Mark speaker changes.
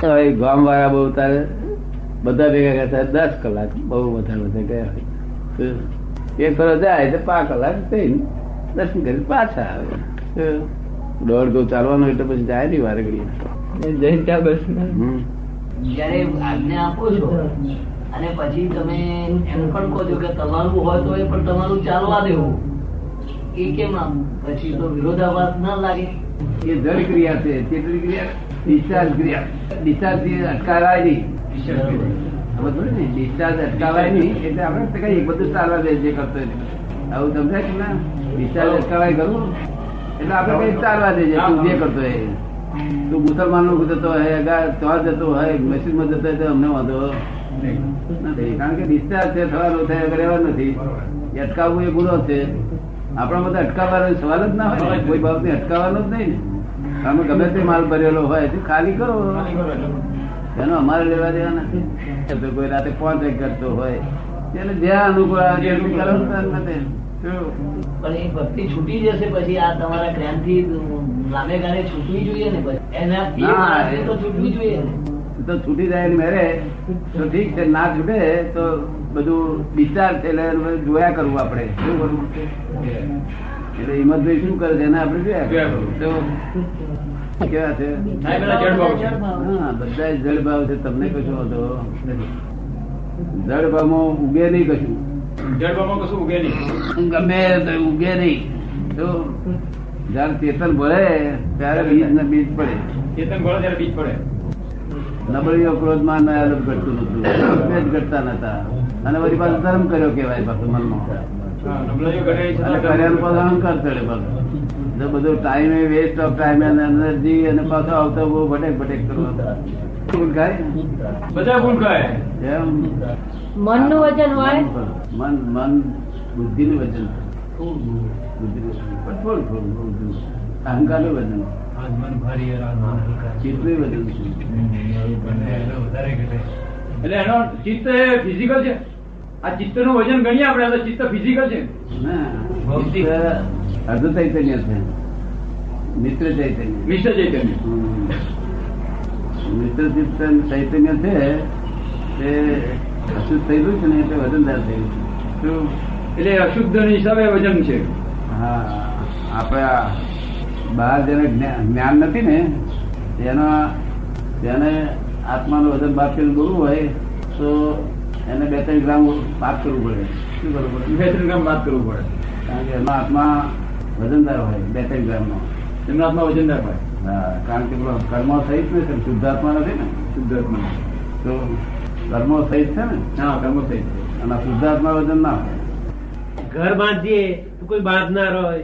Speaker 1: હવે ગામ વાળા બહુ તારે બધા ભેગા કરતા દસ કલાક બહુ વધારે વધારે ગયા હોય તો એક ફરો જાય તો પાંચ કલાક થઈને દર્શન કરી પાછા આવે તો દોઢ દો ચાલવાનું એટલે પછી જાય નહીં વારે ઘડીએ જઈને ત્યાં બેસને
Speaker 2: જ્યારે આજ્ઞા આપો છો અને પછી તમે એમ પણ કહો છો કે તમારું હોય તો એ પણ તમારું ચાલવા દેવું એ કેમ આમ પછી તો વિરોધાભાસ ના લાગે
Speaker 1: એ જળ ક્રિયા છે કેટલી ક્રિયા ડિસ્ચાર્જ ક્રિયા ડિસ્ચાર્જ થી અટકાવાય નહીં સમજ પડી ને ડિસ્ચાર્જ અટકાવાય નહીં એટલે આપણે તો કઈ બધું ચાલવા દે જે કરતો હોય તે. આવું સમજાય છે ને ડિસ્ચાર્જ અટકાવાય ખરું એટલે આપણે કઈ ચાલવા દે છે તું જે કરતો હોય તું મુસલમાન નું જતો હોય અગા ત્યાં જતો હોય મસ્જિદ માં જતો હોય તો અમને વાંધો નથી કારણ કે ડિસ્ચાર્જ છે થવાનો થાય અગર એવા નથી એ અટકાવવું એ ગુનો છે આપણા બધા અટકાવવાનો સવાલ જ ના હોય ને. કોઈ બાબતને અટકાવવાનો જ નહીં ને તમે ગમે તે માલ ભરેલો હોય તે ખાલી કરો એનો અમારે લેવા દેવા નથી તો કોઈ રાતે પાંચ એક કરતો હોય તેને જ્યાં અનુકૂળ આવે તે એટલું કરવાનું તાર નથી.
Speaker 2: પણ એ ભક્તિ છૂટી જશે પછી આ તમારા જ્ઞાનથી લાંબે ગાળે છૂટવી જોઈએ ને પછી એના એ
Speaker 1: ના,
Speaker 2: માણસને
Speaker 1: એ-
Speaker 2: તો છૂટવી જોઈએ ને
Speaker 1: એ તો છૂટી જાય ને મેરે તો ઠીક છે ના છૂટે તો બધું ડિસ્ચાર્જ છે એટલે બધું જોયા કરવું આપણે શું કરવું એટલે હિંમતભાઈ શું કરે છે એને આપણે જોયા કરવું. તો કેવા છે
Speaker 3: ના, એ પેલા જડ ભાવ છે.
Speaker 2: જડ ભાવ.
Speaker 1: હા બધા જળ ભાવ છે તમને કશું હતો જળ ભાવમાં ઉગે નહીં કશું
Speaker 3: જડબામાં કશું ઉગે નહીં
Speaker 1: ગમે તે ઉગે નહીં તો જયારે ચેતન ભળે ત્યારે બીજ ને બીજ પડે
Speaker 3: ચેતન ગોળો ત્યારે બીજ પડે
Speaker 1: નબળીઓ ક્રોધમાં ન અલગ ઘટતું નતું બે જ ઘટતા નતા અને વળી પાછો ધર્મ કર્યો કેવાય પાછો મનમાં
Speaker 3: હા, નબળાઈઓ ઘટે છે
Speaker 1: અને
Speaker 3: છતાં
Speaker 1: કર્યાનો પાછો અહંકાર ચડે પાછો એટલે બધો ટાઈમ એ waste of time and energy અને પાછો આવતો બહુ ભટેક ભટેક કરવાનો શું ખાય
Speaker 3: બધા ભૂલ ખાય
Speaker 1: એમ
Speaker 4: મનનું વજન હોય
Speaker 1: મન મન બુદ્ધિનું વજન
Speaker 2: ખૂબ.
Speaker 1: બુદ્ધિનું વજન પણ થોડું થોડું બુદ્ધિનું. અહંકારનું વજન ચિત્તનું વજન
Speaker 3: એટલે એનો ચિત્ત એ ફિઝિકલ છે આ ચિત્તનું વજન ગણીએ આપણે તો ચિત્ત ફિઝિકલ છે
Speaker 1: ના
Speaker 3: ભૌતિક.
Speaker 1: ચિત્ત અર્ધ ચૈતન્ય છે મિત્ર ચૈતન્ય
Speaker 3: મિસ્ટર ચૈતન્ય
Speaker 1: મિત્ર ચિંતન ચૈતન્ય છે તે અશુદ્ધ થયેલું છે ને એટલે વજનદાર થયેલું છે શું?
Speaker 3: એટલે અશુદ્ધ હિસાબે વજન છે
Speaker 1: હા આપણા બહાર જેને જ્ઞા- જ્ઞાન નથી ને તેનો તેને આત્માનું વજન બાપ કરવું બોલવું હોય તો એને બે ત્રણ ગ્રામ પાપ કરવું પડે શું કરવું પડે
Speaker 3: બે ત્રણ ગ્રામ વાત કરવું પડે
Speaker 1: કારણ કે એનો આત્મા વજનદાર હોય બે ત્રણ ગ્રામનો
Speaker 3: એમના હાથમાં વજનદાર હોય
Speaker 1: હા કારણ કે પેલો કર્મ સહિત નથી ને, શુદ્ધ આત્મા નથી ને
Speaker 3: શુદ્ધ આત્મા.
Speaker 1: તો કર્મો સહિત છે ને
Speaker 3: હા કર્મ થઈ
Speaker 1: અને શુદ્ધાત્મા વજન ના
Speaker 5: ઘર બાંધીએ તો કોઈ બાંધનાર હોય